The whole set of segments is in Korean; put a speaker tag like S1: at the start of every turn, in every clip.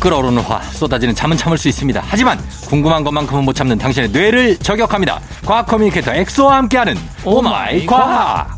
S1: 끓어오르는 화 쏟아지는 잠은 참을 수 있습니다. 하지만 궁금한 것만큼은 못 참는 당신의 뇌를 저격합니다. 과학 커뮤니케이터 엑소와 함께하는 오마이 과학.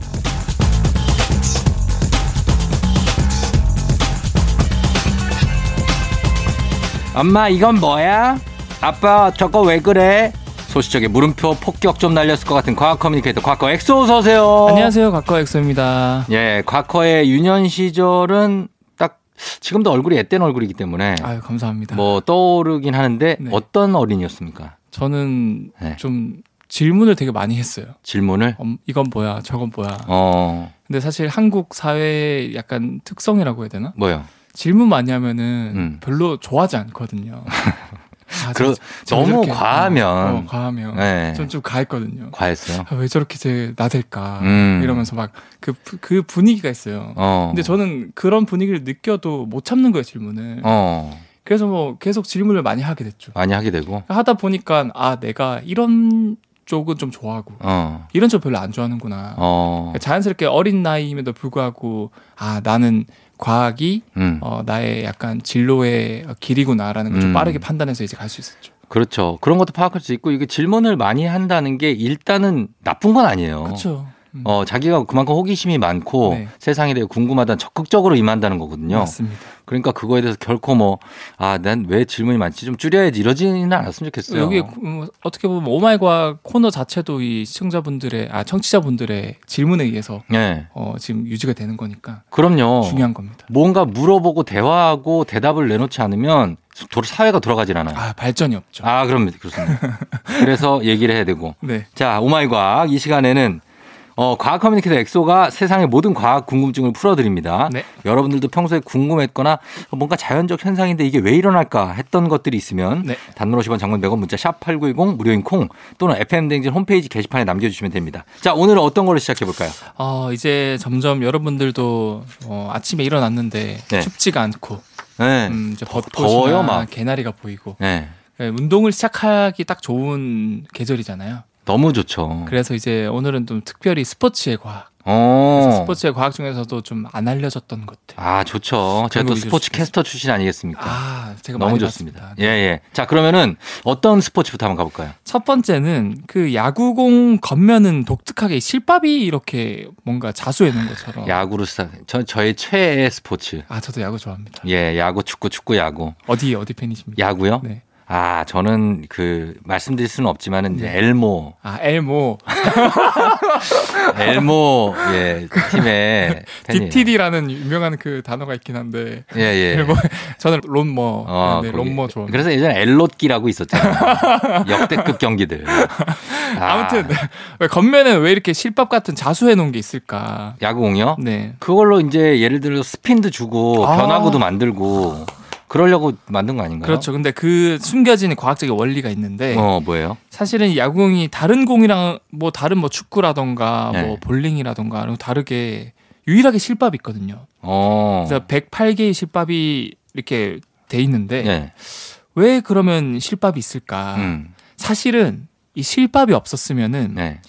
S1: 엄마 이건 뭐야? 아빠 저거 왜 그래? 소시적에 물음표 폭격 좀 날렸을 것 같은 과학 커뮤니케이터 과거 엑소 어서 오세요.
S2: 안녕하세요, 과거 엑소입니다.
S1: 예, 과거의 유년 시절은 딱 지금도 얼굴이 앳된 얼굴이기 때문에
S2: 아유, 감사합니다.
S1: 뭐 떠오르긴 하는데
S2: 네.
S1: 어떤 어린이였습니까?
S2: 저는
S1: 네.
S2: 좀 질문을 되게 많이 했어요.
S1: 질문을
S2: 음, 이건 뭐야, 저건 뭐야.
S1: 어
S2: 근데 사실 한국 사회의 약간 특성이라고 해야 되나?
S1: 뭐요?
S2: 질문 많이 하면은
S1: 음.
S2: 별로 좋아하지 않거든요. 아,
S1: 그러-
S2: 저
S1: 너무
S2: 저렇게-
S1: 과하면.
S2: 어, 어, 과하면
S1: 네,
S2: 전 좀 가했거든요.
S1: 과했어요.
S2: 아, 왜 저렇게 제 나댈까
S1: 음.
S2: 이러면서 막 그 그 분위기가 있어요.
S1: 어.
S2: 근데 저는 그런 분위기를 느껴도 못 참는 거예요 질문을.
S1: 어
S2: 그래서 뭐 계속 질문을 많이 하게 됐죠.
S1: 많이 하게 되고
S2: 하다 보니까 아 내가 이런 쪽은 좀 좋아하고
S1: 어
S2: 이런 쪽 별로 안 좋아하는구나.
S1: 어.
S2: 그러니까 자연스럽게 어린 나이임에도 불구하고 아 나는 과학이
S1: 음.
S2: 어, 나의 약간 진로의 길이구나라는 걸 좀
S1: 음.
S2: 빠르게 판단해서 이제 갈 수 있었죠.
S1: 그렇죠. 그런 것도 파악할 수 있고 이게 질문을 많이 한다는 게 일단은 나쁜 건 아니에요.
S2: 그렇죠. 음,
S1: 어 자기가 그만큼 호기심이 많고
S2: 네.
S1: 세상에 대해 궁금하다 적극적으로 임한다는 거거든요.
S2: 맞습니다.
S1: 그러니까 그거에 대해서 결코 뭐 아 난 왜 질문이 많지 좀 줄여야지 이러지는 않았으면 좋겠어요.
S2: 여기 음, 어떻게 보면 오마이과 코너 자체도 이 시청자분들의 아 청취자분들의 질문에 의해서
S1: 네.
S2: 어, 지금 유지가 되는 거니까
S1: 그럼요.
S2: 중요한 겁니다.
S1: 뭔가 물어보고 대화하고 대답을 내놓지 않으면 도- 사회가 돌아가질 않아요.
S2: 아 발전이 없죠.
S1: 아, 그럼 그렇습니다. 그래서 얘기를 해야 되고.
S2: 네.
S1: 자, 오마이 과학 이 시간에는 어, 과학 커뮤니케이터 엑소가 세상의 모든 과학 궁금증을 풀어드립니다.
S2: 네.
S1: 여러분들도 평소에 궁금했거나 뭔가 자연적 현상인데 이게 왜 일어날까 했던 것들이 있으면
S2: 네.
S1: 단문 50원 장문 100원 문자 샵 8910 무료인 콩 또는 FM댕진 홈페이지 게시판에 남겨주시면 됩니다. 자, 오늘은 어떤 걸로 시작해볼까요?
S2: 어, 이제 점점 여러분들도 어, 아침에 일어났는데
S1: 네.
S2: 춥지가 않고
S1: 네.
S2: 음, 이제
S1: 더워요,
S2: 벚꽃이나
S1: 막.
S2: 개나리가 보이고
S1: 네.
S2: 예, 운동을 시작하기 딱 좋은 계절이잖아요.
S1: 너무 좋죠.
S2: 그래서 이제 오늘은 좀 특별히 스포츠의 과학. 그래서
S1: 어.
S2: 스포츠의 과학 중에서도 좀 안 알려졌던 것들.
S1: 아, 좋죠. 제가 또
S2: 그런 거
S1: 스포츠
S2: 얘기해
S1: 캐스터 출신 아니겠습니까?
S2: 아, 제가
S1: 그러니까 너무
S2: 많이
S1: 좋습니다.
S2: 봤습니다. 네.
S1: 예, 예. 자, 그러면은 어떤 스포츠부터 한번 가볼까요?
S2: 첫 번째는 그 야구공 겉면은 독특하게 실밥이 이렇게 뭔가 자수해 놓은 것처럼.
S1: 야구로 시작. 저, 저의 최애 스포츠.
S2: 아, 저도 야구 좋아합니다.
S1: 예, 야구, 축구, 축구, 야구.
S2: 어디 어디 팬이십니까?
S1: 야구요?
S2: 네.
S1: 아, 저는 그, 말씀드릴 수는 없지만은 이제 엘모,
S2: 아, 엘모
S1: 엘모, 예, 팀의 팬이에요.
S2: DTD라는 유명한 그 단어가 있긴 한데
S1: 예, 예.
S2: 그리고 저는 론머
S1: 어,
S2: 네,
S1: 거기.
S2: 론머 좋아합니다.
S1: 그래서 예전에 엘롯기라고 있었잖아요. 역대급 경기들. 아,
S2: 아무튼 왜 겉면에 왜 이렇게 실밥 같은 자수해 놓은 게 있을까?
S1: 야구공요?
S2: 네.
S1: 그걸로 이제 예를 들어 스핀도 주고
S2: 아.
S1: 변화구도 만들고 그러려고 만든 거 아닌가요?
S2: 그렇죠. 네. 근데 그 숨겨진 과학적인 원리가 있는데
S1: 네. 어 뭐예요?
S2: 사실은 이 야구공이 다른 공이랑 뭐 다른 뭐 축구라던가
S1: 네.
S2: 뭐 볼링이라던가 이런 거 다르게 유일하게 실밥이 있거든요.
S1: 어.
S2: 그래서 108개의 실밥이 이렇게 돼 있는데
S1: 예.
S2: 왜 그러면 실밥이 있을까?
S1: 음.
S2: 사실은 이 실밥이 없었으면은
S1: 네.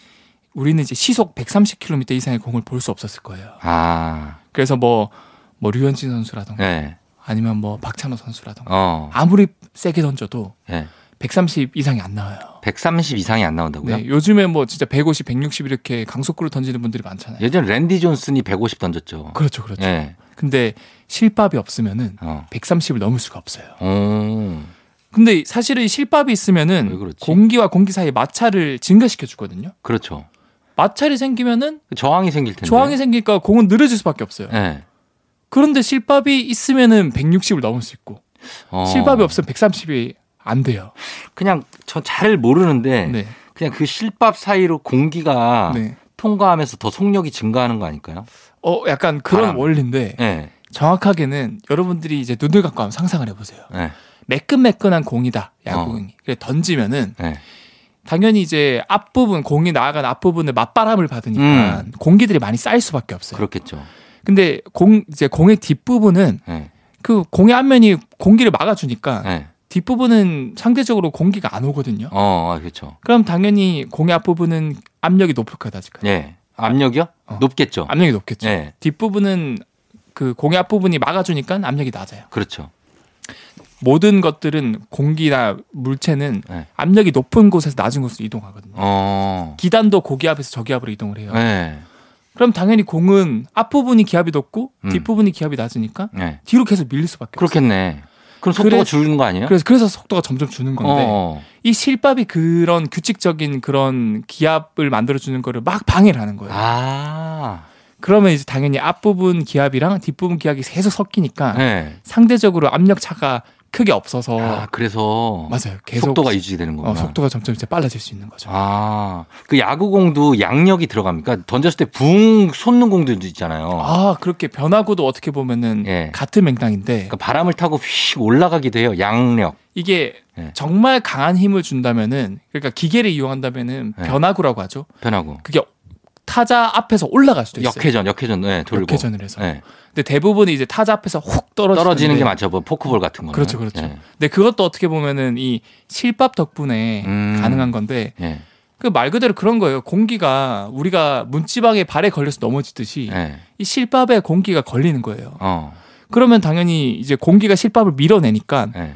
S2: 우리는 이제 시속 130km 이상의 공을 볼 수 없었을 거예요.
S1: 아.
S2: 그래서 뭐, 뭐 류현진 선수라던가
S1: 네.
S2: 아니면 뭐 박찬호 선수라던가
S1: 어.
S2: 아무리 세게 던져도
S1: 예.
S2: 130 이상이 안 나와요.
S1: 130 이상이 안 나온다고요?
S2: 네, 요즘에 뭐 진짜 150, 160 이렇게 강속구를 던지는 분들이 많잖아요.
S1: 예전 랜디 존슨이 150 던졌죠.
S2: 그렇죠, 그렇죠.
S1: 예.
S2: 근데 실밥이 없으면은
S1: 어.
S2: 130을 넘을 수가 없어요.
S1: 오.
S2: 근데 사실은 이 실밥이
S1: 왜
S2: 있으면은
S1: 그렇지?
S2: 공기와 공기 사이 마찰을 증가시켜 주거든요.
S1: 그렇죠.
S2: 마찰이 생기면은
S1: 저항이 생길 텐데.
S2: 저항이 생기니까 공은 느려질 수밖에 없어요.
S1: 예.
S2: 그런데 실밥이 있으면은 160을 넘을 수 있고
S1: 어.
S2: 실밥이 없으면 130이 안 돼요.
S1: 그냥 저 잘 모르는데
S2: 네.
S1: 그냥 그 실밥 사이로 공기가
S2: 네.
S1: 통과하면서 더 속력이 증가하는 거 아닐까요?
S2: 어 약간 그런
S1: 바람.
S2: 원리인데
S1: 예.
S2: 정확하게는 여러분들이 이제 눈을 감고 한번 상상을 해보세요.
S1: 예.
S2: 매끈매끈한 공이다
S1: 어.
S2: 야구공이. 그래 던지면은
S1: 예.
S2: 당연히 이제 앞부분 공이 나아간 앞부분에 맞바람을 받으니까
S1: 음.
S2: 공기들이 많이 쌓일 수밖에 없어요.
S1: 그렇겠죠.
S2: 근데 공 이제 공의 뒷부분은
S1: 예.
S2: 그 공의 앞면이 공기를 막아주니까
S1: 예.
S2: 뒷부분은 상대적으로 공기가 안 오거든요.
S1: 어, 아, 그렇죠.
S2: 그럼 당연히 공의 앞부분은 압력이 높을 거다 아직.
S1: 예. 압력이요?
S2: 어. 그렇죠.
S1: 높겠죠.
S2: 압력이 높겠죠.
S1: 예.
S2: 뒷부분은 그 공의 앞부분이 막아주니까 압력이 낮아요.
S1: 그렇죠.
S2: 모든 것들은 공기나 물체는
S1: 네.
S2: 압력이 높은 곳에서 낮은 곳으로 이동하거든요.
S1: 어.
S2: 기단도 고기압에서 저기압으로 이동을 해요.
S1: 네.
S2: 그럼 당연히 공은 앞부분이 기압이 높고
S1: 음.
S2: 뒷부분이 기압이 낮으니까
S1: 네.
S2: 뒤로 계속 밀릴 수밖에 없어요.
S1: 그렇겠네. 그럼 속도가
S2: 그래-
S1: 줄는 거 아니에요?
S2: 그래서 그래서 속도가 점점 주는 건데
S1: 어.
S2: 이 실밥이 그런 규칙적인 그런 기압을 만들어 주는 거를 막 방해를 하는 거예요.
S1: 아.
S2: 그러면 이제 당연히 앞부분 기압이랑 뒷부분 기압이 계속 섞이니까
S1: 네.
S2: 상대적으로 압력 차가 크게 없어서
S1: 아, 그래서
S2: 맞아요. 계속
S1: 속도가 유지되는 거구나.
S2: 어, 속도가 점점 이제 빨라질 수 있는 거죠.
S1: 아, 그 야구공도 양력이 들어갑니까? 던졌을 때 붕 솟는 공들도 있잖아요.
S2: 아 그렇게 변화구도 어떻게 보면은
S1: 예.
S2: 같은 맥락인데
S1: 그러니까 바람을 타고 휙 올라가기도 해요. 양력.
S2: 이게
S1: 예.
S2: 정말 강한 힘을 준다면은 그러니까 기계를 이용한다면은
S1: 예.
S2: 변화구라고 하죠.
S1: 변하고.
S2: 그게 타자 앞에서 올라갈 수도 있어요.
S1: 역회전, 역회전, 네, 돌고.
S2: 역회전을 해서.
S1: 네,
S2: 근데 대부분 이제 타자 앞에서 훅 떨어지는데
S1: 떨어지는 게 맞죠. 뭐 포크볼 같은 거.
S2: 그렇죠, 그렇죠. 근데 그것도 어떻게 보면은 이 실밥 덕분에
S1: 음.
S2: 가능한 건데
S1: 예,
S2: 그 말 그대로 그런 거예요. 공기가 우리가 문지방에 발에 걸려서 넘어지듯이 이 실밥에 공기가 걸리는 거예요.
S1: 예. 어,
S2: 그러면 당연히 이제 공기가 실밥을 밀어내니까
S1: 예.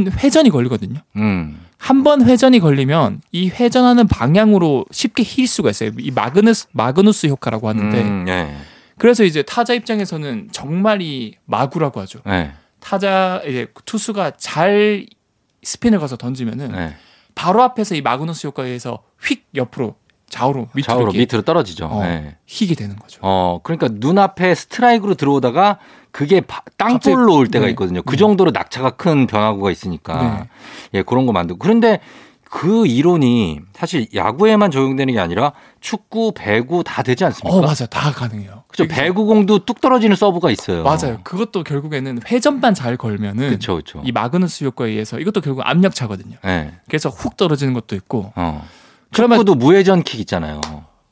S2: 공은 회전이 걸리거든요.
S1: 음,
S2: 한 번 회전이 걸리면 이 회전하는 방향으로 쉽게 힐 수가 있어요. 이 마그누스 마그누스 효과라고 하는데
S1: 음, 예,
S2: 그래서 이제 타자 입장에서는 정말 이 마구라고 하죠.
S1: 예,
S2: 타자 이제 투수가 잘 스핀을 가서 던지면은
S1: 예.
S2: 바로 앞에서 이 마그누스 효과에 의해서 휙 옆으로 좌우로 밑으로
S1: 좌우로
S2: 이렇게
S1: 밑으로 떨어지죠.
S2: 어.
S1: 예.
S2: 휘게 되는 거죠.
S1: 어, 그러니까 눈앞에 스트라이크로 들어오다가 그게 바- 땅볼로 올 때가
S2: 네.
S1: 있거든요. 그 정도로 낙차가 큰 변화구가 있으니까. 예, 그런 거 만들고. 그런데 그 이론이 사실 야구에만 적용되는 게 아니라 축구, 배구 다 되지 않습니까?
S2: 어 맞아 다 가능해요.
S1: 그죠. 배구공도 뚝 떨어지는 서브가 있어요.
S2: 맞아요. 그것도 결국에는 회전만 잘 걸면은
S1: 그렇죠. 그렇죠.
S2: 이 마그누스 효과에 의해서 이것도 결국 압력차거든요.
S1: 예.
S2: 그래서 훅 떨어지는 것도 있고
S1: 어.
S2: 그러면
S1: 축구도 무회전 킥 있잖아요.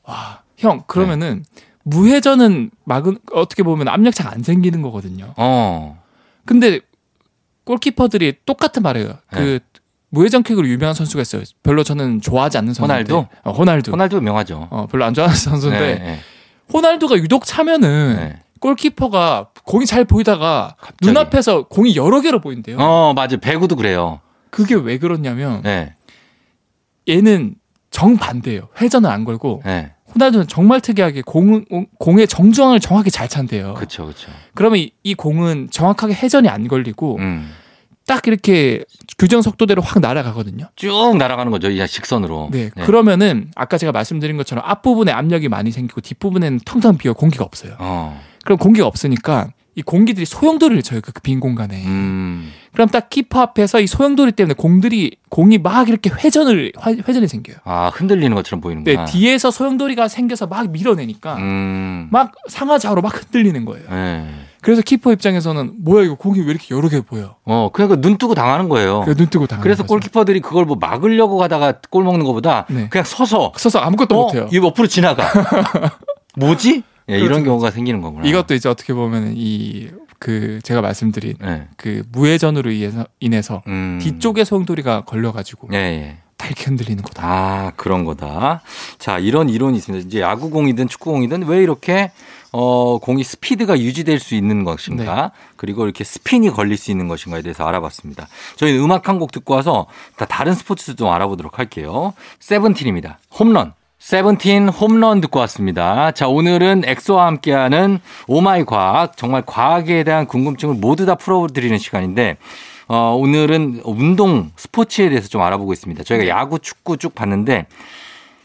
S2: 와 형 그러면은
S1: 네.
S2: 무회전은 마그 어떻게 보면 압력차가 안 생기는 거거든요.
S1: 어.
S2: 근데 골키퍼들이 똑같은
S1: 네.
S2: 말이에요. 그 무회전 킥으로 유명한 선수가 있어요. 별로 저는 좋아하지 않는 선수.
S1: 호날두?
S2: 어, 호날두.
S1: 호날두 명하죠.
S2: 어, 별로 안 좋아하는 선수인데
S1: 네,
S2: 호날두가 유독 차면은
S1: 네.
S2: 골키퍼가 공이 잘 보이다가
S1: 갑자기.
S2: 눈앞에서 공이 여러 개로 보인대요.
S1: 어, 맞아요. 배구도 그래요.
S2: 그게 왜 그렇냐면
S1: 예.
S2: 얘는 정반대예요. 회전을 안 걸고
S1: 예.
S2: 호날두는 정말 특이하게 공, 공의 정중앙을 정확히 잘 찬대요. 그,
S1: 그렇죠. 그렇죠.
S2: 러면이 공은 정확하게 회전이 안 걸리고
S1: 음.
S2: 딱 이렇게 규정 속도대로 확 날아가거든요.
S1: 쭉 날아가는 거죠. 이 직선으로.
S2: 네, 그러면은 아까 제가 말씀드린 것처럼 앞부분에 압력이 많이 생기고 뒷부분에는 텅텅 비어 공기가 없어요.
S1: 어.
S2: 그럼 공기가 없으니까 이 공기들이 소용돌이를 쳐요. 그 빈 공간에.
S1: 음.
S2: 그럼 딱 키퍼 앞에서 이 소용돌이 때문에 공들이 공이 막 이렇게 회전을 화- 회전이 생겨요.
S1: 아, 흔들리는 것처럼
S2: 네,
S1: 보이는구나.
S2: 뒤에서 소용돌이가 생겨서 막 밀어내니까
S1: 아. 음.
S2: 막 상하좌우로 막 흔들리는 거예요.
S1: 예.
S2: 그래서 키퍼 입장에서는 뭐야 이거 공이 왜 이렇게 여러 개 보여?
S1: 어, 그러니까 눈 뜨고 당하는 거예요.
S2: 그래서 눈 뜨고 당하는
S1: 그래서
S2: 거죠.
S1: 골키퍼들이 그걸 뭐 막으려고 가다가 골 먹는 것보다
S2: 네.
S1: 그냥 서서
S2: 서서 아무것도
S1: 어,
S2: 못해요.
S1: 이 옆으로 지나가. 뭐지? 예, 이런
S2: 그렇죠,
S1: 경우가 생기는 거구나.
S2: 이것도 이제 어떻게 보면 이 그 제가 말씀드린
S1: 예.
S2: 그 무회전으로 인해서, 인해서
S1: 음.
S2: 뒤쪽에 소용돌이가 걸려가지고
S1: 예, 예.
S2: 다 이렇게 흔들리는 거다.
S1: 아, 그런 거다. 자, 이런 이론이 있습니다. 이제 야구공이든 축구공이든 왜 이렇게 어, 공이 스피드가 유지될 수 있는 것인가, 그리고 이렇게 스핀이 걸릴 수 있는 것인가에 대해서 알아봤습니다. 저희 음악 한 곡 듣고 와서 다 다른 스포츠도 좀 알아보도록 할게요. 세븐틴입니다. 홈런. 세븐틴 홈런 듣고 왔습니다. 자, 오늘은 엑소와 함께하는 오마이 과학, 정말 과학에 대한 궁금증을 모두 다 풀어드리는 시간인데, 어, 오늘은 운동, 스포츠에 대해서 좀 알아보고 있습니다.
S2: 네.
S1: 저희가 야구, 축구 쭉 봤는데,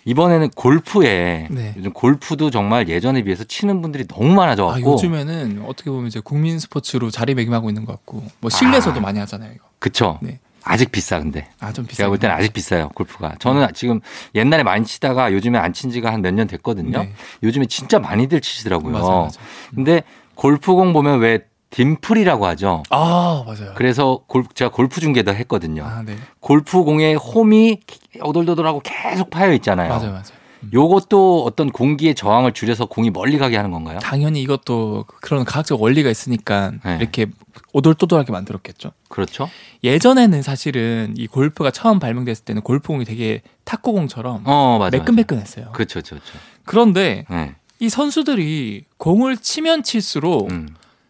S1: 이번에는 골프에,
S2: 네.
S1: 요즘 골프도 정말 예전에 비해서 치는 분들이 너무 많아져갖고,
S2: 아, 요즘에는 어떻게 보면 이제 국민 스포츠로 자리매김하고 있는 것 같고 뭐 실내에서도
S1: 아.
S2: 많이 하잖아요. 이거.
S1: 그쵸?
S2: 네.
S1: 아직 비싸, 근데.
S2: 아 좀 비싸.
S1: 제가 볼 때는 아직 비싸요, 골프가. 저는
S2: 음.
S1: 지금 옛날에 많이 치다가 요즘에 안 친 지가 한 몇 년 됐거든요.
S2: 네. 음.
S1: 요즘에 진짜 많이들 치시더라고요.
S2: 맞아 맞아.
S1: 근데 골프공 보면 왜 딤플이라고 하죠?
S2: 아 맞아요.
S1: 그래서 골, 제가 골프 중계도 했거든요.
S2: 아 네.
S1: 골프공에 홈이 어돌도돌하고 계속 파여 있잖아요.
S2: 맞아요 음. 맞아요.
S1: 요것도 어떤 공기의 저항을 줄여서 공이 멀리 가게 하는 건가요?
S2: 당연히 이것도 그런 과학적 원리가 있으니까
S1: 네.
S2: 이렇게 오돌토돌하게 만들었겠죠.
S1: 그렇죠.
S2: 예전에는 사실은 이 골프가 처음 발명됐을 때는 골프공이 되게 탁구공처럼
S1: 어, 맞아요.
S2: 매끈매끈했어요.
S1: 그렇죠, 그렇죠.
S2: 그런데
S1: 네.
S2: 이 선수들이 공을 치면 칠수록
S1: 음.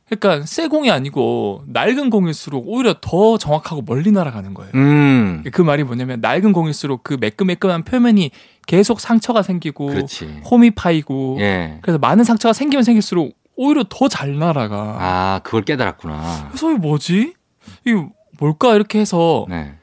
S2: 그러니까 새 공이 아니고 낡은 공일수록 오히려 더 정확하고 멀리 날아가는 거예요.
S1: 음.
S2: 그 말이 뭐냐면 낡은 공일수록 그 매끈매끈한 표면이 계속 상처가 생기고
S1: 그렇지.
S2: 홈이 파이고
S1: 예.
S2: 그래서 많은 상처가 생기면 생길수록 오히려 더 잘 날아가.
S1: 아, 그걸 깨달았구나.
S2: 그래서 이게 뭐지? 이게 뭘까 이렇게 해서
S1: 네.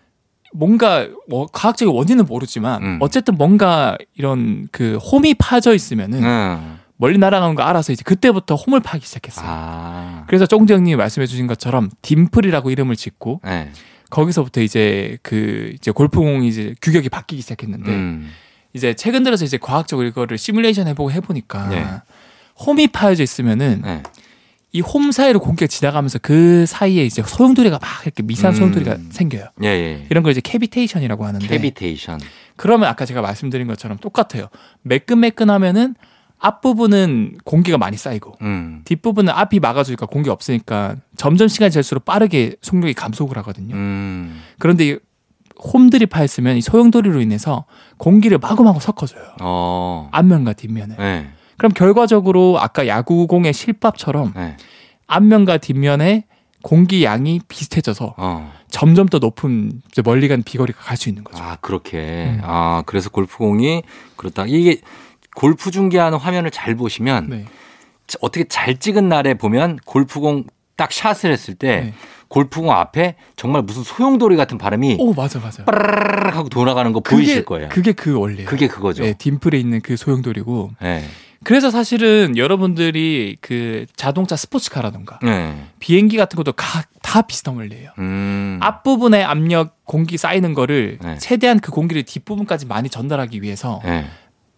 S2: 뭔가 뭐 과학적인 원인은 모르지만
S1: 음.
S2: 어쨌든 뭔가 이런 그 홈이 파져 있으면은
S1: 음.
S2: 멀리 날아가는 거 알아서 이제 그때부터 홈을 파기 시작했어요.
S1: 아.
S2: 그래서 쫑지 형님이 말씀해 주신 것처럼 딤플이라고 이름을 짓고
S1: 네.
S2: 거기서부터 이제 그 이제 골프공 이제 규격이 바뀌기 시작했는데
S1: 음.
S2: 이제 최근 들어서 이제 과학적으로 이거를 시뮬레이션 해보고 해보니까
S1: 네.
S2: 홈이 파여져 있으면은
S1: 네.
S2: 이 홈 사이로 공기가 지나가면서 그 사이에 이제 소용돌이가 막 이렇게 미세한
S1: 음.
S2: 소용돌이가 생겨요.
S1: 예, 예.
S2: 이런 걸 이제 캐비테이션이라고 하는데
S1: 캐비테이션.
S2: 그러면 아까 제가 말씀드린 것처럼 똑같아요. 매끈매끈하면은 앞부분은 공기가 많이 쌓이고
S1: 음.
S2: 뒷부분은 앞이 막아주니까 공기 없으니까 점점 시간이 갈수록 빠르게 속력이 감속을 하거든요.
S1: 음.
S2: 그런데 이 홈들이 파였으면 이 소용돌이로 인해서 공기를 마구마구 섞어줘요.
S1: 어.
S2: 앞면과 뒷면에.
S1: 네.
S2: 그럼 결과적으로 아까 야구공의 실밥처럼
S1: 네.
S2: 앞면과 뒷면에 공기 양이 비슷해져서
S1: 어.
S2: 점점 더 높은 이제 멀리 간 비거리가 갈 수 있는 거죠.
S1: 아, 그렇게.
S2: 음.
S1: 아, 그래서 골프공이 그렇다. 이게 골프 중계하는 화면을 잘 보시면
S2: 네.
S1: 자- 어떻게 잘 찍은 날에 보면 골프공 딱 샷을 했을 때
S2: 네.
S1: 골프공 앞에 정말 무슨 소용돌이 같은 바람이
S2: 오 맞아 맞아.
S1: 빠르르 하고 돌아가는 거 보이실 거예요.
S2: 그게 그 원리예요.
S1: 그게 그거죠. 네.
S2: 네,
S1: 예.
S2: 딤플에 있는 그 소용돌이고. 그래서 사실은 여러분들이 그 자동차 스포츠카라던가
S1: 예.
S2: 비행기 같은 것도 가- 다 비슷한 원리예요.
S1: 음.
S2: 앞부분에 압력 공기 쌓이는 거를
S1: 네.
S2: 최대한 그 공기를 뒷부분까지 많이 전달하기 위해서
S1: 예.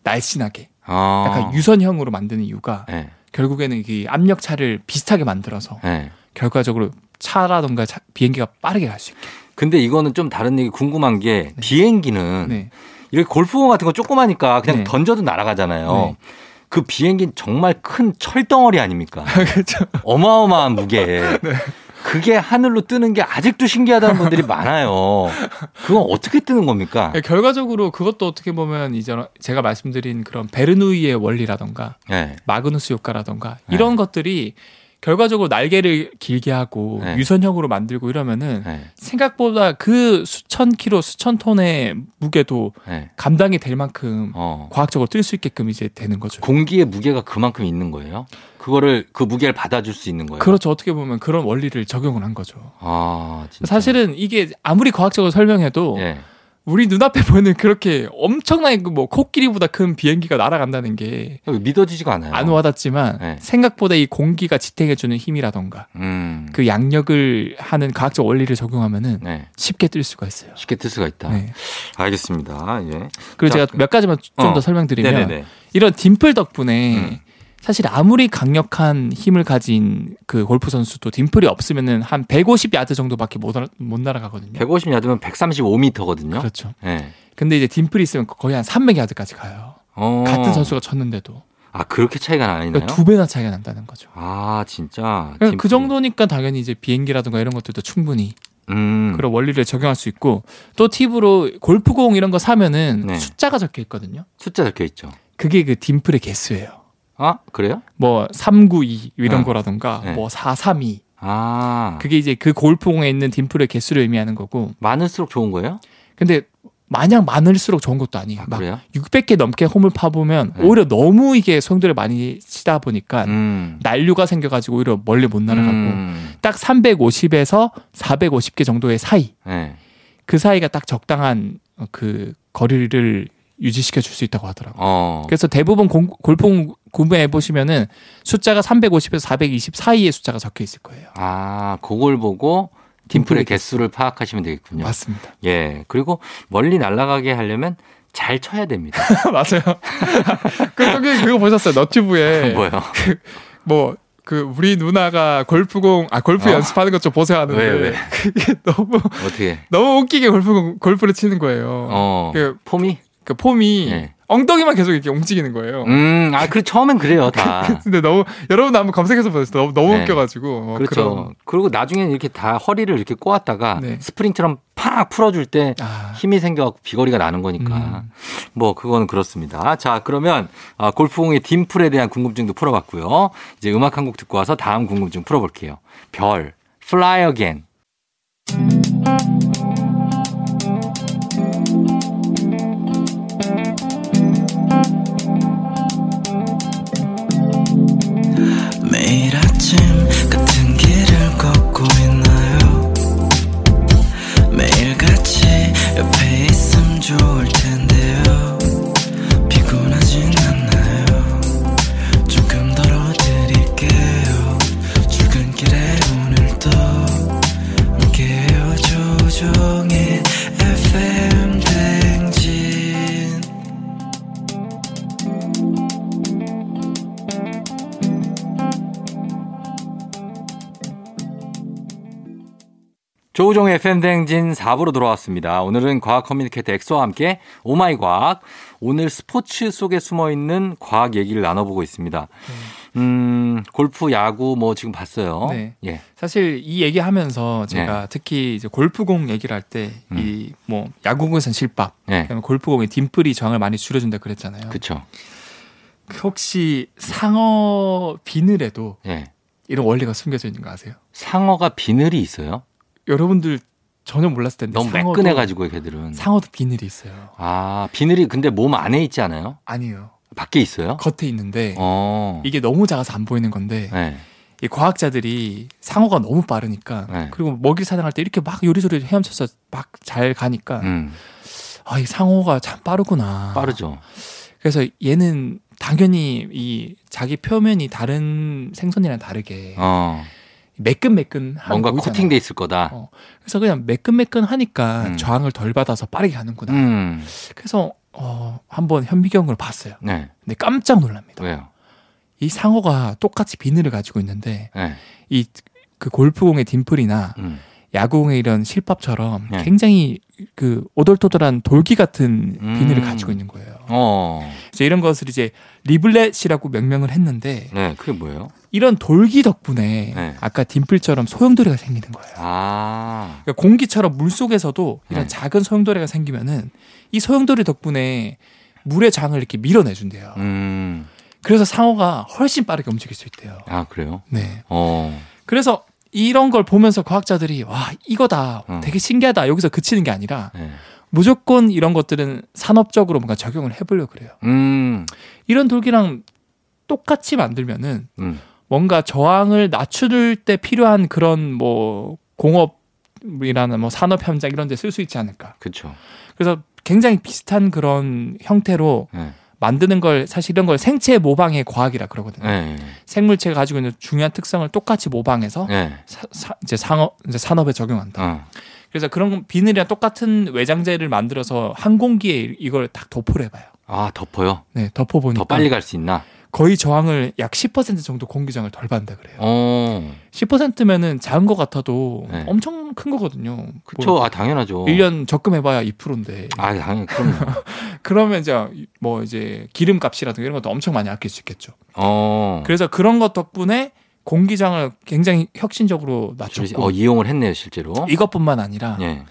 S2: 날씬하게
S1: 아.
S2: 약간 유선형으로 만드는 이유가
S1: 예.
S2: 결국에는 이 압력차를 비슷하게 만들어서
S1: 예.
S2: 결과적으로 차라던가 차- 비행기가 빠르게 갈 수 있게.
S1: 근데 이거는 좀 다른 얘기 궁금한 게 비행기는
S2: 네.
S1: 이렇게 골프공 같은 거 조그마니까 그냥
S2: 네.
S1: 던져도 날아가잖아요.
S2: 네.
S1: 그 비행기는 정말 큰 철덩어리 아닙니까?
S2: 그렇죠.
S1: 어마어마한 무게에
S2: 네.
S1: 그게 하늘로 뜨는 게 아직도 신기하다는 분들이 많아요. 그건 어떻게 뜨는 겁니까?
S2: 결과적으로 그것도 어떻게 보면 이제 제가 말씀드린 그런 베르누이의 원리라던가
S1: 네.
S2: 마그누스 효과라던가
S1: 네.
S2: 이런 것들이 결과적으로 날개를 길게 하고
S1: 네.
S2: 유선형으로 만들고 이러면은
S1: 네.
S2: 생각보다 그 수천 킬로 수천 톤의 무게도
S1: 네.
S2: 감당이 될 만큼
S1: 어.
S2: 과학적으로 뛸 수 있게끔 이제 되는 거죠.
S1: 공기의 무게가 그만큼 있는 거예요? 그거를 그 무게를 받아줄 수 있는 거예요?
S2: 그렇죠. 어떻게 보면 그런 원리를 적용을 한 거죠.
S1: 아 진짜.
S2: 사실은 이게 아무리 과학적으로 설명해도
S1: 예.
S2: 우리 눈앞에 보이는 그렇게 엄청나게 그뭐 코끼리보다 큰 비행기가 날아간다는 게 안
S1: 믿어지지가 않아요.
S2: 와닿지만
S1: 네.
S2: 생각보다 이 공기가 지탱해주는 힘이라던가
S1: 음.
S2: 그 양력을 하는 과학적 원리를 적용하면은
S1: 네.
S2: 쉽게 뜰 수가 있어요.
S1: 쉽게 뜰 수가 있다.
S2: 네.
S1: 알겠습니다. 예.
S2: 그리고
S1: 자,
S2: 제가 몇 가지만 좀 더
S1: 어.
S2: 설명드리면
S1: 네네네.
S2: 이런 딤플 덕분에
S1: 음.
S2: 사실 아무리 강력한 힘을 가진 그 골프 선수도 딤플이 없으면은 한 150야드 정도밖에 못, 날아, 못 날아가거든요.
S1: 150 야드면 135m거든요.
S2: 그렇죠.
S1: 예.
S2: 근데 이제 딤플이 있으면 거의 한 300야드까지 가요.
S1: 어.
S2: 같은 선수가 쳤는데도
S1: 아 그렇게 차이가 나나요?
S2: 그러니까 두 배나 차이가 난다는 거죠.
S1: 아 진짜.
S2: 그러니까 그 정도니까 당연히 이제 비행기라든가 이런 것들도 충분히
S1: 음.
S2: 그런 원리를 적용할 수 있고 또 팁으로 골프공 이런 거 사면은
S1: 네.
S2: 숫자가 적혀 있거든요.
S1: 숫자 적혀 있죠.
S2: 그게 그 딤플의 개수예요.
S1: 아 그래요?
S2: 뭐 392 이런
S1: 어.
S2: 거라던가
S1: 네.
S2: 뭐 432
S1: 아
S2: 그게 이제 그 골프공에 있는 딤플의 개수를 의미하는 거고.
S1: 많을수록 좋은 거예요?
S2: 근데 마냥 많을수록 좋은 것도 아니에요.
S1: 아,
S2: 막
S1: 그래요?
S2: 600개 넘게 홈을 파보면
S1: 네.
S2: 오히려 너무 이게 소용돌이를 많이 치다 보니까
S1: 음.
S2: 난류가 생겨가지고 오히려 멀리 못 날아가고
S1: 음.
S2: 딱 350에서 450개 정도의 사이
S1: 네.
S2: 그 사이가 딱 적당한 어, 그 거리를 유지시켜 줄 수 있다고 하더라고요.
S1: 어.
S2: 그래서 대부분 공- 골프공 구매해 보시면은 숫자가 350에서 420 사이의 숫자가 적혀 있을 거예요.
S1: 아, 그걸 보고
S2: 팀플의
S1: 팀플의 개수를 파악하시면 되겠군요.
S2: 맞습니다.
S1: 예. 그리고 멀리 날아가게 하려면 잘 쳐야 됩니다.
S2: 맞아요. 그 거기 그거 보셨어요? 너튜브에
S1: 뭐요?
S2: 뭐 그 우리 누나가 골프공 아 골프
S1: 어. 네,
S2: 연습하는 것 좀 보세요 하는데
S1: 왜, 왜?
S2: 그게 너무
S1: 어떻게?
S2: 너무 웃기게 골프공 골프를 치는 거예요.
S1: 어.
S2: 그,
S1: 폼이?
S2: 그 폼이
S1: 예.
S2: 엉덩이만 계속 이렇게 움직이는 거예요.
S1: 음, 아, 그 처음엔 그래요, 다.
S2: 근데 너무 여러분도 한번 검색해서 보세요. 너무 너무
S1: 네.
S2: 웃겨가지고 어,
S1: 그렇죠.
S2: 그런-
S1: 그리고 나중에는 이렇게 다 허리를 이렇게 꼬았다가
S2: 네.
S1: 스프링처럼 팍 풀어줄 때 아. 힘이 생겨갖고 비거리가 나는 거니까 음. 뭐 그거는 그렇습니다. 자 그러면 아, 골프공의 딤플에 대한 궁금증도 풀어봤고요. 이제 음악 한 곡 듣고 와서 다음 궁금증 풀어볼게요. 별 Fly Again. 매일 아침 같은 길을 걷고 있나요 매일 같이 옆에 있음 좋을 텐데요 피곤하진 않나요 조금 덜어드릴게요 출근길에 오늘도 함께해요 조종의 FM 댕진 조우종의 팬댕진 4부로 돌아왔습니다. 오늘은 과학 커뮤니케이터 엑소와 함께 오마이 과학, 오늘 스포츠 속에 숨어 있는 과학 얘기를 나눠보고 있습니다. 음, 골프, 야구 뭐 지금 봤어요.
S2: 네. 예. 사실 이 얘기 하면서 제가 네. 특히 이제 골프공 얘기를 할 때 이뭐 음. 야구공에선 실밥, 네. 그다음에 골프공의 딤플이 저항을 많이 줄여준다 그랬잖아요. 그
S1: 그렇죠.
S2: 혹시 상어 비늘에도 네. 이런 원리가 숨겨져 있는 거 아세요?
S1: 예. 상어가 비늘이 있어요?
S2: 여러분들 전혀 몰랐을 텐데
S1: 너무 상어도, 매끈해가지고 걔들은
S2: 상어도 비늘이 있어요.
S1: 아 비늘이 근데 몸 안에 있지 않아요?
S2: 아니요.
S1: 밖에 있어요?
S2: 겉에 있는데 어. 이게 너무 작아서 안 보이는 건데
S1: 예,
S2: 네. 이 과학자들이 상어가 너무 빠르니까 네. 그리고 먹이 사냥할 때 이렇게 막 요리조리 헤엄쳐서 막 잘 가니까 음. 아이 상어가 참 빠르구나.
S1: 빠르죠.
S2: 그래서 얘는 당연히 이 자기 표면이 다른 생선이랑 다르게 어. 매끈매끈
S1: 아. 뭔가 보이잖아요. 코팅돼 있을 거다.
S2: 어. 그래서 그냥 매끈매끈하니까 음. 저항을 덜 받아서 빠르게 가는구나. 음. 그래서 어, 한번 현미경으로 봤어요. 네. 근데 깜짝 놀랍니다.
S1: 왜요?
S2: 이 상어가 똑같이 비늘을 가지고 있는데
S1: 예,
S2: 네. 이그 골프공의 딤플이나 음. 야구공의 이런 실밥처럼 네. 굉장히 그 오돌토돌한 돌기 같은 비늘을 가지고 있는 거예요. 어. 그래서 이런 것을 이제 리블렛이라고 명명을 했는데
S1: 네, 그게 뭐예요?
S2: 이런 돌기 덕분에 네. 아까 딤플처럼 소용돌이가 생기는 거예요. 아. 그러니까 공기처럼 물 속에서도 이런 네. 작은 소용돌이가 생기면은 이 소용돌이 덕분에 물의 장을 이렇게 밀어내준대요. 음. 그래서 상어가 훨씬 빠르게 움직일 수 있대요.
S1: 아 그래요?
S2: 네. 어. 그래서 이런 걸 보면서 과학자들이 와 이거다 음. 되게 신기하다 여기서 그치는 게 아니라 네. 무조건 이런 것들은 산업적으로 뭔가 적용을 해보려 그래요. 음. 이런 돌기랑 똑같이 만들면은 음. 뭔가 저항을 낮출 때 필요한 그런 뭐 공업이라는 뭐 산업 현장 이런 데 쓸 수 있지 않을까.
S1: 그렇죠.
S2: 그래서 굉장히 비슷한 그런 형태로 네. 만드는 걸 사실 이런 걸 생체 모방의 과학이라 그러거든요. 네. 생물체가 가지고 있는 중요한 특성을 똑같이 모방해서 네. 사, 사, 이제 상업 이제 산업에 적용한다. 어. 그래서 그런 비늘이랑 똑같은 외장재를 만들어서 항공기에 이걸 딱 도포를 해봐요.
S1: 아 덮어요?
S2: 네, 덮어보니까
S1: 더 빨리 갈 수 있나?
S2: 거의 저항을 약 10% 정도 공기장을 덜 받는다 그래요. 어. 10%면은 작은 것 같아도 네. 엄청 큰 거거든요.
S1: 그쵸, 뭐 아, 당연하죠.
S2: 1년 적금해봐야 2%인데.
S1: 아, 당연히, 그럼요.
S2: 그러면 이제 뭐 이제 기름값이라든가 이런 것도 엄청 많이 아낄 수 있겠죠. 어. 그래서 그런 것 덕분에 공기장을 굉장히 혁신적으로 낮췄고
S1: 어, 이용을 했네요 실제로 네,
S2: 이것뿐만 아니라 예.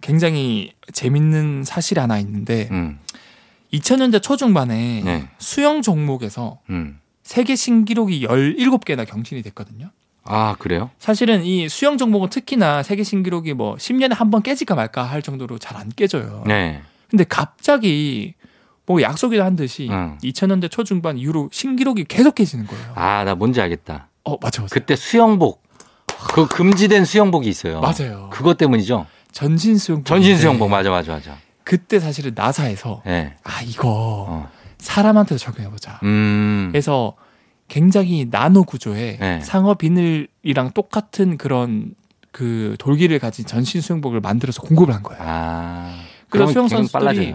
S2: 굉장히 재밌는 사실이 하나 있는데 음. 2000년대 초중반에
S1: 예.
S2: 네. 수영 종목에서 음. 세계 신기록이 17개나 경신이 됐거든요.
S1: 아, 그래요?
S2: 사실은 이 수영 종목은 특히나 세계 신기록이 뭐 10년에 한 번 깨질까 말까 할 정도로 잘 안 깨져요. 네. 근데 갑자기 뭐 약속이라 한 듯이 음. 2000년대 초중반 이후로 신기록이 계속 깨지는 거예요.
S1: 아, 나 뭔지 알겠다.
S2: 어, 맞아, 맞아.
S1: 그때 수영복. 그 금지된 수영복이 있어요.
S2: 맞아요. 네.
S1: 그것 때문이죠.
S2: 전신 수영복.
S1: 전신 수영복 맞아 맞아 맞아.
S2: 그때 사실은 나사에서 네. 아 이거 어. 사람한테도 적용해보자. 음. 그래서 굉장히 나노 구조의 네. 상어 비늘이랑 똑같은 그런 그 돌기를 가진 전신 수영복을 만들어서 공급을 한 거예요. 아. 그래서 수영 선수들이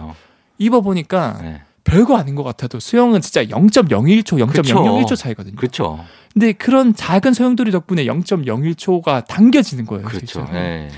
S2: 입어 보니까
S1: 예.
S2: 네. 별거 아닌 것 같아도 수영은 진짜 0.01초, 0.001초 차이거든요.
S1: 그렇죠.
S2: 근데 그런 작은 소용돌이 덕분에 0.01초가 당겨지는 거예요.
S1: 그렇죠. 네.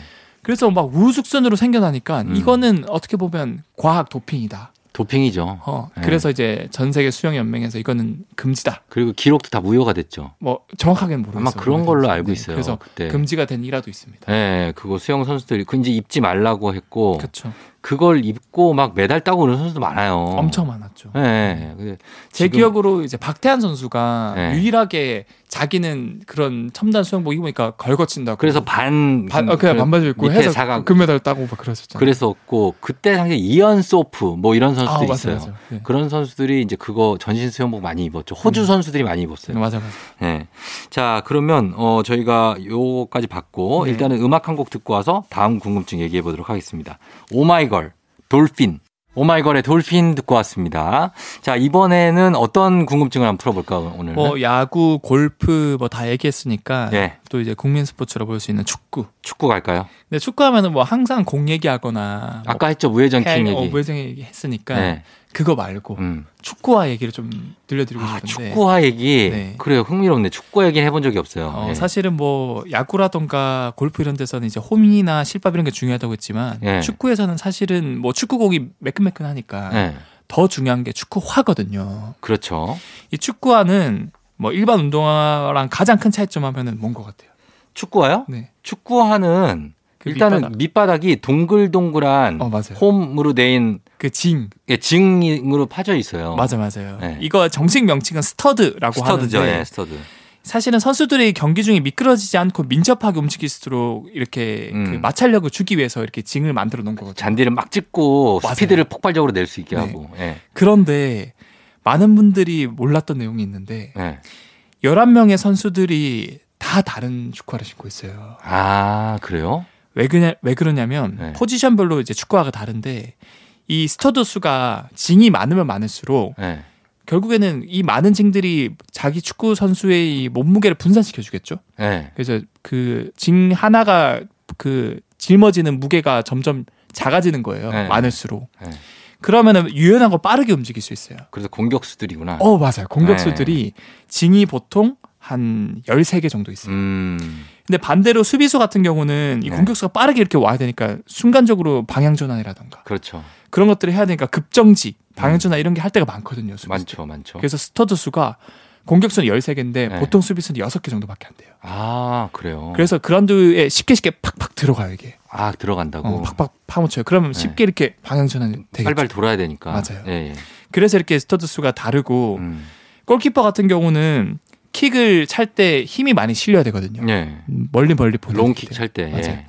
S2: 그래서 막 우후죽순으로 생겨나니까 음. 이거는 어떻게 보면 과학 도핑이다.
S1: 도핑이죠.
S2: 어, 그래서 이제 전 세계 수영 연맹에서 이거는 금지다.
S1: 그리고 기록도 다 무효가 됐죠.
S2: 뭐 정확하게는 모르겠어요.
S1: 아마 그런 걸로 알고 있어요. 네.
S2: 네, 그래서
S1: 그때.
S2: 금지가 된 일화도 있습니다.
S1: 네, 그거 수영 선수들이 근지 입지 말라고 했고
S2: 그렇죠.
S1: 그걸 입고 막 메달 따고 그런 선수도 많아요.
S2: 엄청 많았죠.
S1: 어. 네. 근데
S2: 제
S1: 지금-
S2: 기억으로 이제 박태환 선수가
S1: 네.
S2: 유일하게 자기는 그런 첨단 수영복 입으니까 걸거친다고.
S1: 그래서 반,
S2: 반, 어, 그냥 반바지 입고
S1: 밑에
S2: 해서
S1: 사각.
S2: 금메달 따고 막 그랬었잖아요.
S1: 그랬었고 그때 당시 에 이현 소프 뭐 이런
S2: 아,
S1: 선수들이
S2: 맞아요.
S1: 있어요.
S2: 맞아요. 네.
S1: 그런 선수들이 이제 그거 전신 수영복 많이 입었죠. 호주
S2: 음.
S1: 선수들이 많이 입었어요.
S2: 맞아 맞아.
S1: 네. 자, 그러면 어 저희가 요까지 받고
S2: 네.
S1: 일단은 음악 한 곡 듣고 와서 다음 궁금증 얘기해 보도록 하겠습니다. 오마이걸 돌핀. 오마이걸의 돌핀 듣고 왔습니다. 자, 이번에는 어떤 궁금증을 한번 풀어 볼까 오늘?
S2: 뭐 야구, 골프 뭐 다 얘기했으니까
S1: 음. 예.
S2: 또 이제 국민 스포츠로 볼 수 있는 축구.
S1: 축구 갈까요?
S2: 근데 축구하면은 뭐 항상 공 얘기하거나 뭐
S1: 아까 했죠. 우회전 킹
S2: 팬, 어,
S1: 얘기.
S2: 우회전 얘기 했으니까
S1: 네.
S2: 그거 말고
S1: 음.
S2: 축구화 얘기를 좀 들려드리고
S1: 아,
S2: 싶은데
S1: 축구화 얘기.
S2: 네.
S1: 그래요. 흥미롭네. 축구 얘기는 해본 적이 없어요.
S2: 어,
S1: 예.
S2: 사실은 뭐 야구라던가 골프 이런 데서는 이제 홈이나 실밥 이런 게 중요하다고 했지만
S1: 예.
S2: 축구에서는 사실은 뭐 축구공이 매끈매끈하니까
S1: 예.
S2: 더 중요한 게 축구화거든요.
S1: 그렇죠.
S2: 이 축구화는 뭐 일반 운동화랑 가장 큰 차이점 하면은 뭔 것 같아요.
S1: 축구화요?
S2: 네.
S1: 축구화는
S2: 그
S1: 일단은
S2: 밑바닥.
S1: 밑바닥. 이 동글동글한
S2: 어 맞아요.
S1: 홈으로 낸
S2: 그징
S1: 예, 징으로 파져 있어요.
S2: 맞아 맞아요.
S1: 네.
S2: 이거 정식 명칭은 스터드라고
S1: 스터드죠,
S2: 하는데
S1: 예, 스터드.
S2: 사실은 선수들이 경기 중에 미끄러지지 않고 민첩하게 움직일수록 이렇게
S1: 음.
S2: 그 마찰력을 주기 위해서 이렇게 징을 만들어 놓은 거거든요.
S1: 잔디를 막 찍고
S2: 맞아요.
S1: 스피드를 폭발적으로 낼 수 있게
S2: 네.
S1: 하고. 예,
S2: 그런데 많은 분들이 몰랐던 내용이 있는데
S1: 예.
S2: 11명의 선수들이 다 다른 축구화를 신고 있어요.
S1: 아, 그래요?
S2: 왜, 그냐, 왜 그러냐면
S1: 네.
S2: 포지션별로 이제 축구화가 다른데 이 스터드 수가 징이 많으면 많을수록
S1: 예.
S2: 결국에는 이 많은 징들이 자기 축구 선수의 이 몸무게를 분산시켜 주겠죠.
S1: 예.
S2: 그래서 그 징 하나가 그 짊어지는 무게가 점점 작아지는 거예요.
S1: 네.
S2: 많을수록.
S1: 네.
S2: 그러면은 유연하고 빠르게 움직일 수 있어요.
S1: 그래서 공격수들이구나.
S2: 어, 맞아요. 공격수들이 징이 보통 한 13개 정도 있어요.
S1: 네. 음.
S2: 근데 반대로 수비수 같은 경우는 이
S1: 네.
S2: 공격수가 빠르게 이렇게 와야 되니까 순간적으로 방향 전환이라던가
S1: 그렇죠.
S2: 그런 것들을 해야 되니까 급정지, 방향 전환 이런 게 할 때가 많거든요. 수비수.
S1: 음. 많죠, 많죠.
S2: 그래서 스터드 수가 공격수는 13개인데
S1: 네.
S2: 보통 수비수는 6개 정도밖에 안 돼요.
S1: 아, 그래요.
S2: 그래서 그라운드에 쉽게 쉽게 팍팍 들어가요, 이게.
S1: 아,
S2: 어,
S1: 들어간다고.
S2: 팍팍 파묻혀요. 그러면
S1: 네.
S2: 쉽게 이렇게 방향 전환이 되겠죠.
S1: 빨리빨리 돌아야 되니까.
S2: 맞아요.
S1: 예,
S2: 뭐,
S1: 예.
S2: 그래서 이렇게 스터드 수가 다르고
S1: 음.
S2: 골키퍼 같은 경우는 킥을 찰 때 힘이 많이 실려야 되거든요.
S1: 예.
S2: 음, 멀리 멀리 보내.
S1: 롱킥 찰 때.
S2: 맞아요.
S1: 예.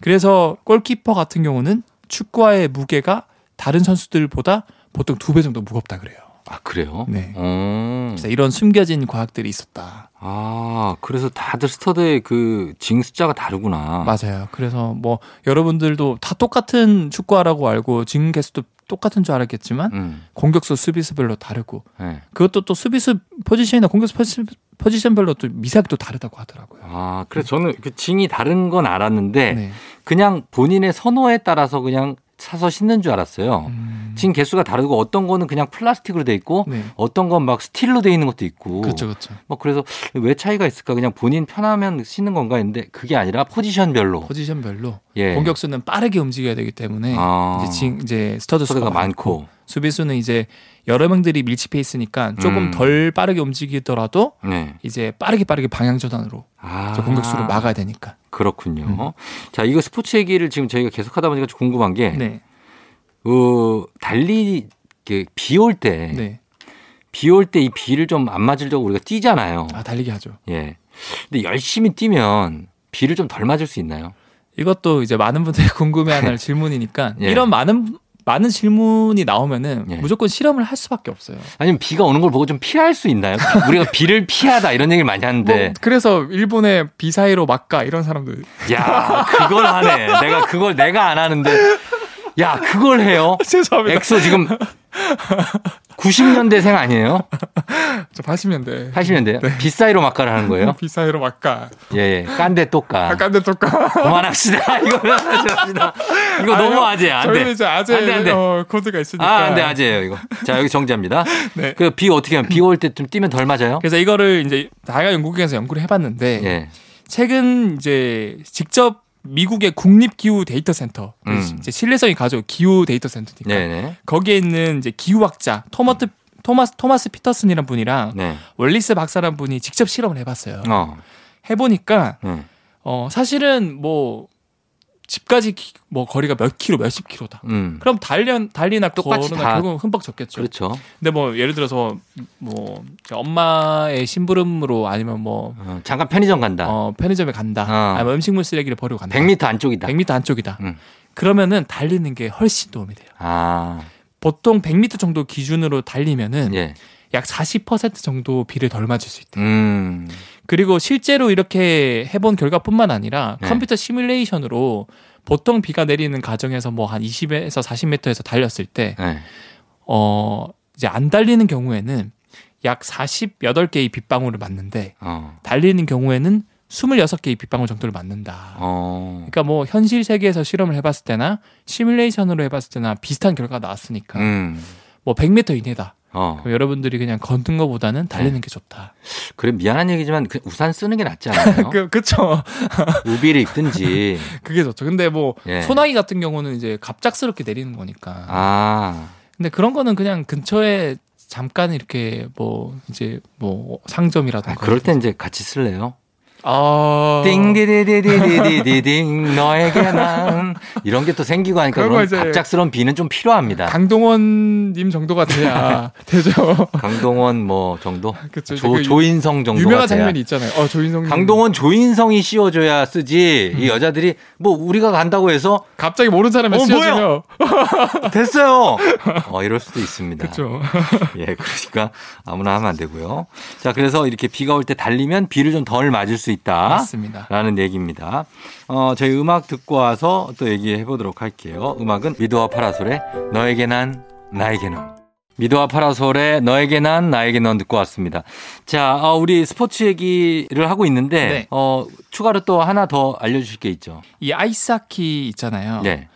S2: 그래서 골키퍼 같은 경우는 축구화의 무게가 다른 선수들보다 보통 두 배 정도 무겁다 그래요.
S1: 아, 그래요?
S2: 네.
S1: 음.
S2: 그래서 이런 숨겨진 과학들이 있었다.
S1: 아, 그래서 다들 스터드의 그 징 숫자가 다르구나.
S2: 맞아요. 그래서 뭐 여러분들도 다 똑같은 축구화라고 알고 지금 개수도 똑같은 줄 알았겠지만
S1: 음.
S2: 공격수 수비수별로 다르고
S1: 예.
S2: 그것도 또 수비수 포지션이나 공격수 포지- 포지션별로 또 미세하게 또 다르다고 하더라고요.
S1: 아, 그래 저는 그 징이 다른 건 알았는데
S2: 네.
S1: 그냥 본인의 선호에 따라서 그냥 사서 신는 줄 알았어요.
S2: 음.
S1: 징 개수가 다르고 어떤 거는 그냥 플라스틱으로 돼 있고
S2: 네.
S1: 어떤 건 막 스틸로 돼 있는 것도 있고.
S2: 그렇죠, 그렇죠.
S1: 뭐 그래서 왜 차이가 있을까? 그냥 본인 편하면 신는 건가 했는데 그게 아니라 포지션별로.
S2: 포지션별로
S1: 예.
S2: 공격수는 빠르게 움직여야 되기 때문에
S1: 아.
S2: 이제 지- 이제 스터드
S1: 스터드가
S2: 수가 많고
S1: 많고.
S2: 수비수는 이제 여러 명들이 밀집해 있으니까 조금
S1: 음.
S2: 덜 빠르게 움직이더라도
S1: 네.
S2: 이제 빠르게 빠르게 방향 전환으로
S1: 아.
S2: 저 공격수를 막아야 음. 되니까.
S1: 그렇군요. 자, 이거 스포츠 얘기를 지금 저희가 계속 하다 보니까 좀 궁금한 게
S2: 네.
S1: 어, 달리 비올 때,
S2: 네.
S1: 비 올 때 이 비를 좀 안 맞으려고 우리가 뛰잖아요.
S2: 아, 달리기 하죠.
S1: 예. 근데 열심히 뛰면 비를 좀 덜 맞을 수 있나요?
S2: 이것도 이제 많은 분들이 궁금해하는 질문이니까
S1: 네. 예.
S2: 이런 많은 많은 질문이 나오면은
S1: 예.
S2: 무조건 실험을 할 수밖에 없어요.
S1: 아니면 비가 오는 걸 보고 좀 피할 수 있나요? 우리가 비를 피하다 이런 얘기를 많이 하는데,
S2: 뭐 그래서 일본의 비사이로 막가 이런 사람들
S1: 야 그걸 하네. 내가 그걸 내가 안 하는데, 야 그걸 해요.
S2: 죄송합니다.
S1: 엑소 지금 90년대생 아니에요?
S2: 저 80년대
S1: 80년대요?
S2: 네.
S1: 비싸이로 막가를 하는 거예요?
S2: 비사이로 막가
S1: 예, 예. 깐데 똑까.
S2: 아까는 똑까
S1: 그만합시다. 이거는 합시다. 이거 너무 아재야. 안
S2: 저희는
S1: 돼.
S2: 이제 아재
S1: 안 돼, 안 돼.
S2: 어, 코드가 있으니까
S1: 아, 안 돼, 아재예요, 이거. 자, 여기 정지합니다.
S2: 네.
S1: 그 비 어떻게 하면 비 올 때 좀 뛰면 덜 맞아요?
S2: 그래서 그렇죠. 이거를 이제 다양한 연구기관에서 연구를 해봤는데
S1: 예.
S2: 최근 이제 직접 미국의 국립 기후 데이터 센터, 음. 이제 신뢰성이 가져온 기후 데이터 센터니까 네네. 거기에 있는 이제 기후학자 토마트 토마스 토마스 피터슨이란 분이랑 네. 월리스 박사란 분이 직접 실험을 해봤어요.
S1: 네. 아.
S2: 어. 해보니까 네. 어 사실은 뭐 집까지 기, 뭐 거리가 몇 킬로 몇십 킬로다. 음. 그럼 달리 달리나 걸으나 결국 흠뻑 젖겠죠.
S1: 그렇죠.
S2: 근데 뭐 예를 들어서 뭐 엄마의 심부름으로 아니면 뭐
S1: 어, 잠깐 편의점 간다.
S2: 어, 네. 편의점에 간다. 어. 아니면 음식물 쓰레기를 버리고 간다.
S1: 100m 안쪽이다.
S2: 100m 안쪽이다. 음. 그러면은 달리는 게 훨씬 도움이 돼요. 아. 보통 100m 정도 기준으로 달리면은 예. 약40% 정도 비를 덜 맞을 수 있대요. 음. 그리고 실제로 이렇게 해본 결과뿐만 아니라 네. 컴퓨터 시뮬레이션으로 보통 비가 내리는 가정에서 뭐 한 20에서 40m에서 달렸을 때,
S1: 예.
S2: 네. 어, 이제 안 달리는 경우에는 약 48개의 빗방울을 맞는데, 어. 달리는 경우에는 26개의 빗방울 정도를 맞는다. 어. 그러니까 뭐 현실 세계에서 실험을 해봤을 때나 시뮬레이션으로 해봤을 때나 비슷한 결과가 나왔으니까, 음. 뭐 100m 이내다. 어. 여러분들이 그냥 걷는 것보다는 달리는 네. 게 좋다.
S1: 그래 미안한 얘기지만 우산 쓰는 게 낫지 않아요?
S2: 그, 그쵸.
S1: 우비를 입든지.
S2: 그게 좋죠. 근데 뭐 예. 소나기 같은 경우는 이제 갑작스럽게 내리는 거니까. 아. 근데 그런 거는 그냥 근처에 잠깐 이렇게 뭐 이제 뭐 상점이라든가. 아,
S1: 그럴 때 이제 같이 쓸래요? 어... 띵디디디디디디딩 너에게 난 이런 게 또 생기고 하니까 그런
S2: 예.
S1: 갑작스러운 비는 좀 필요합니다.
S2: 강동원님 정도가 돼야 되죠.
S1: 강동원 뭐 정도? 그쵸, 조, 조인성 정도
S2: 유명한 돼야. 장면이 있잖아요. 어, 조인성
S1: 강동원 조인성이 씌워줘야 쓰지 음. 이 여자들이 뭐 우리가 간다고 해서
S2: 갑자기 모르는 사람이 어, 씌워주면
S1: 됐어요. 어, 이럴 수도 있습니다. 그렇죠. 예, 그러니까 아무나 하면 안 되고요. 자, 그래서 이렇게 비가 올 때 달리면 비를 좀 덜 맞을 수 있다.
S2: 맞습니다.
S1: 라는 얘기입니다. 어, 저희 음악 듣고 와서 또 얘기해 보도록 할게요. 음악은 미도와 파라솔의 너에게 난 나에게 넌. 미도와 파라솔의 너에게 난 나에게 넌 듣고 왔습니다. 자, 어, 우리 스포츠 얘기를 하고 있는데 네. 어, 추가로 또 하나 더 알려 주실 게 있죠.
S2: 이 아이스하키 있잖아요.
S1: 예.
S2: 네.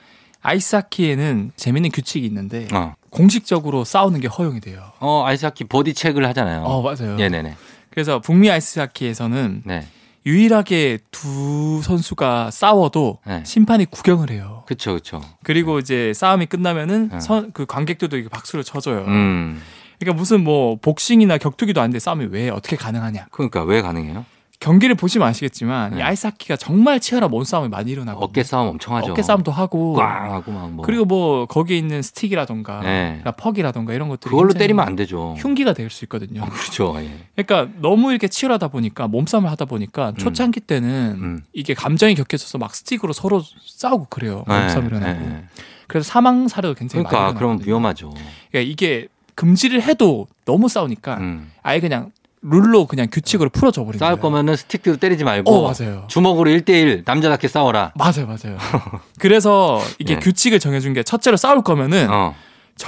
S2: 아이스하키에는 재밌는 규칙이 있는데
S1: 아.
S2: 어. 공식적으로 싸우는 게 허용이 돼요.
S1: 어, 아이스하키 보디 책을 하잖아요.
S2: 어, 맞아요.
S1: 예, 네, 네.
S2: 그래서 북미 아이스하키에서는 네. 유일하게 두 선수가 싸워도 네. 심판이 구경을 해요.
S1: 그렇죠, 그렇죠.
S2: 그리고 네. 이제 싸움이 끝나면은
S1: 네.
S2: 선, 그 관객들도 이게 박수를 쳐줘요. 음. 그러니까 무슨 뭐 복싱이나 격투기도 아닌데 싸움이 왜 어떻게 가능하냐?
S1: 그러니까 왜 가능해요?
S2: 경기를 보시면 아시겠지만 이 아이스하키가 정말 치열한 몸싸움이 많이 일어나고
S1: 네. 어깨 싸움 엄청 하죠.
S2: 어깨 싸움도 하고
S1: 꽝 하고 막 뭐.
S2: 그리고 뭐 거기에 있는 스틱이라던가 네. 퍽이라던가 이런 것들이
S1: 그걸로 때리면 안 되죠.
S2: 흉기가 될 수 있거든요.
S1: 아, 그렇죠. 예.
S2: 그러니까 너무 이렇게 치열하다 보니까 몸싸움을 하다 보니까 초창기 때는 음. 이게 감정이 격해져서 막 스틱으로 서로 싸우고 그래요. 몸싸움 네. 일어나고. 네. 그래서 사망 사례도 굉장히
S1: 그러니까,
S2: 많이
S1: 그러니까 그럼 위험하죠.
S2: 그러니까 이게 금지를 해도 너무 싸우니까 음. 아예 그냥 룰로 그냥 규칙으로 풀어줘 버리는
S1: 싸울 거면은 뭐. 스틱으로 때리지 말고
S2: 어, 맞아요.
S1: 주먹으로 1대1 남자답게 싸워라.
S2: 맞아요, 맞아요. 그래서 이게 네. 규칙을 정해준 게 첫째로 싸울 거면은 어.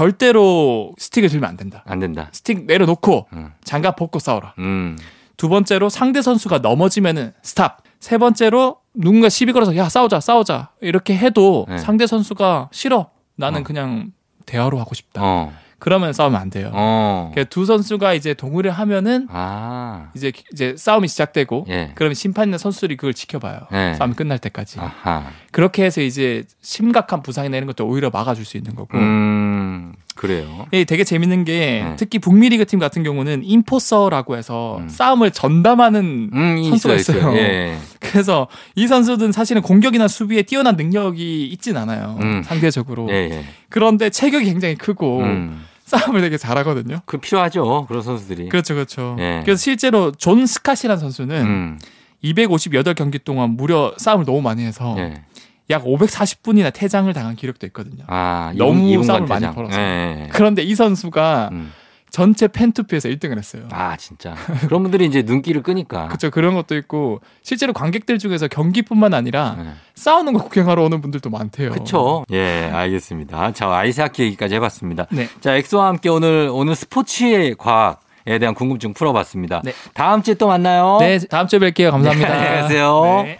S2: 절대로 스틱을 들면 안 된다.
S1: 안 된다.
S2: 스틱 내려놓고 음. 장갑 벗고 싸워라. 음. 두 번째로 상대 선수가 넘어지면은 스탑. 세 번째로 누군가 시비 걸어서 야 싸우자 싸우자 이렇게 해도 네. 상대 선수가 싫어 나는 어. 그냥 대화로 하고 싶다. 어. 그러면 싸우면 안 돼요. 어. 그러니까 두 선수가 이제 동의를 하면은 아. 이제 이제 싸움이 시작되고 예. 그러면 심판이나 선수들이 그걸 지켜봐요. 예. 싸움이 끝날 때까지. 아하. 그렇게 해서 이제 심각한 부상이 내는 것도 오히려 막아줄 수 있는 거고.
S1: 음, 그래요.
S2: 예, 되게 재밌는 게 네. 특히 북미 리그 팀 같은 경우는 인포서라고 해서 음. 싸움을 전담하는 음, 선수가 있어요. 있어요. 예. 그래서 이 선수들은 사실은 공격이나 수비에 뛰어난 능력이 있진 않아요.
S1: 예.
S2: 상대적으로. 그런데 체격이 굉장히 크고. 싸움을 되게 잘하거든요.
S1: 음. 그 필요하죠. 그런 선수들이.
S2: 그렇죠, 그렇죠. 음. 예. 그래서 실제로 존 스캇이라는 선수는 음. 258경기 동안 무려 싸움을 너무 많이 해서 예. 약 540분이나 퇴장을 당한 기록도 있거든요. 아, 너무 이분, 싸움을 많이 벌어서. 예. 그런데 이 선수가 음. 전체 팬투피에서 1등을 했어요.
S1: 아 진짜. 그런 분들이 이제 눈길을 끄니까.
S2: 그렇죠. 그런 것도 있고 실제로 관객들 중에서 경기뿐만 아니라
S1: 예.
S2: 네. 싸우는 거 구경하러 오는 분들도 많대요.
S1: 그렇죠. 예, 알겠습니다. 자 아이스하키 얘기까지 해봤습니다. 네. 자 엑소와 함께 오늘 오늘 스포츠의 과학에 대한 궁금증 풀어봤습니다. 네. 다음 주에 또 만나요.
S2: 네, 다음 주에 뵐게요. 감사합니다.
S1: 안녕히 가세요.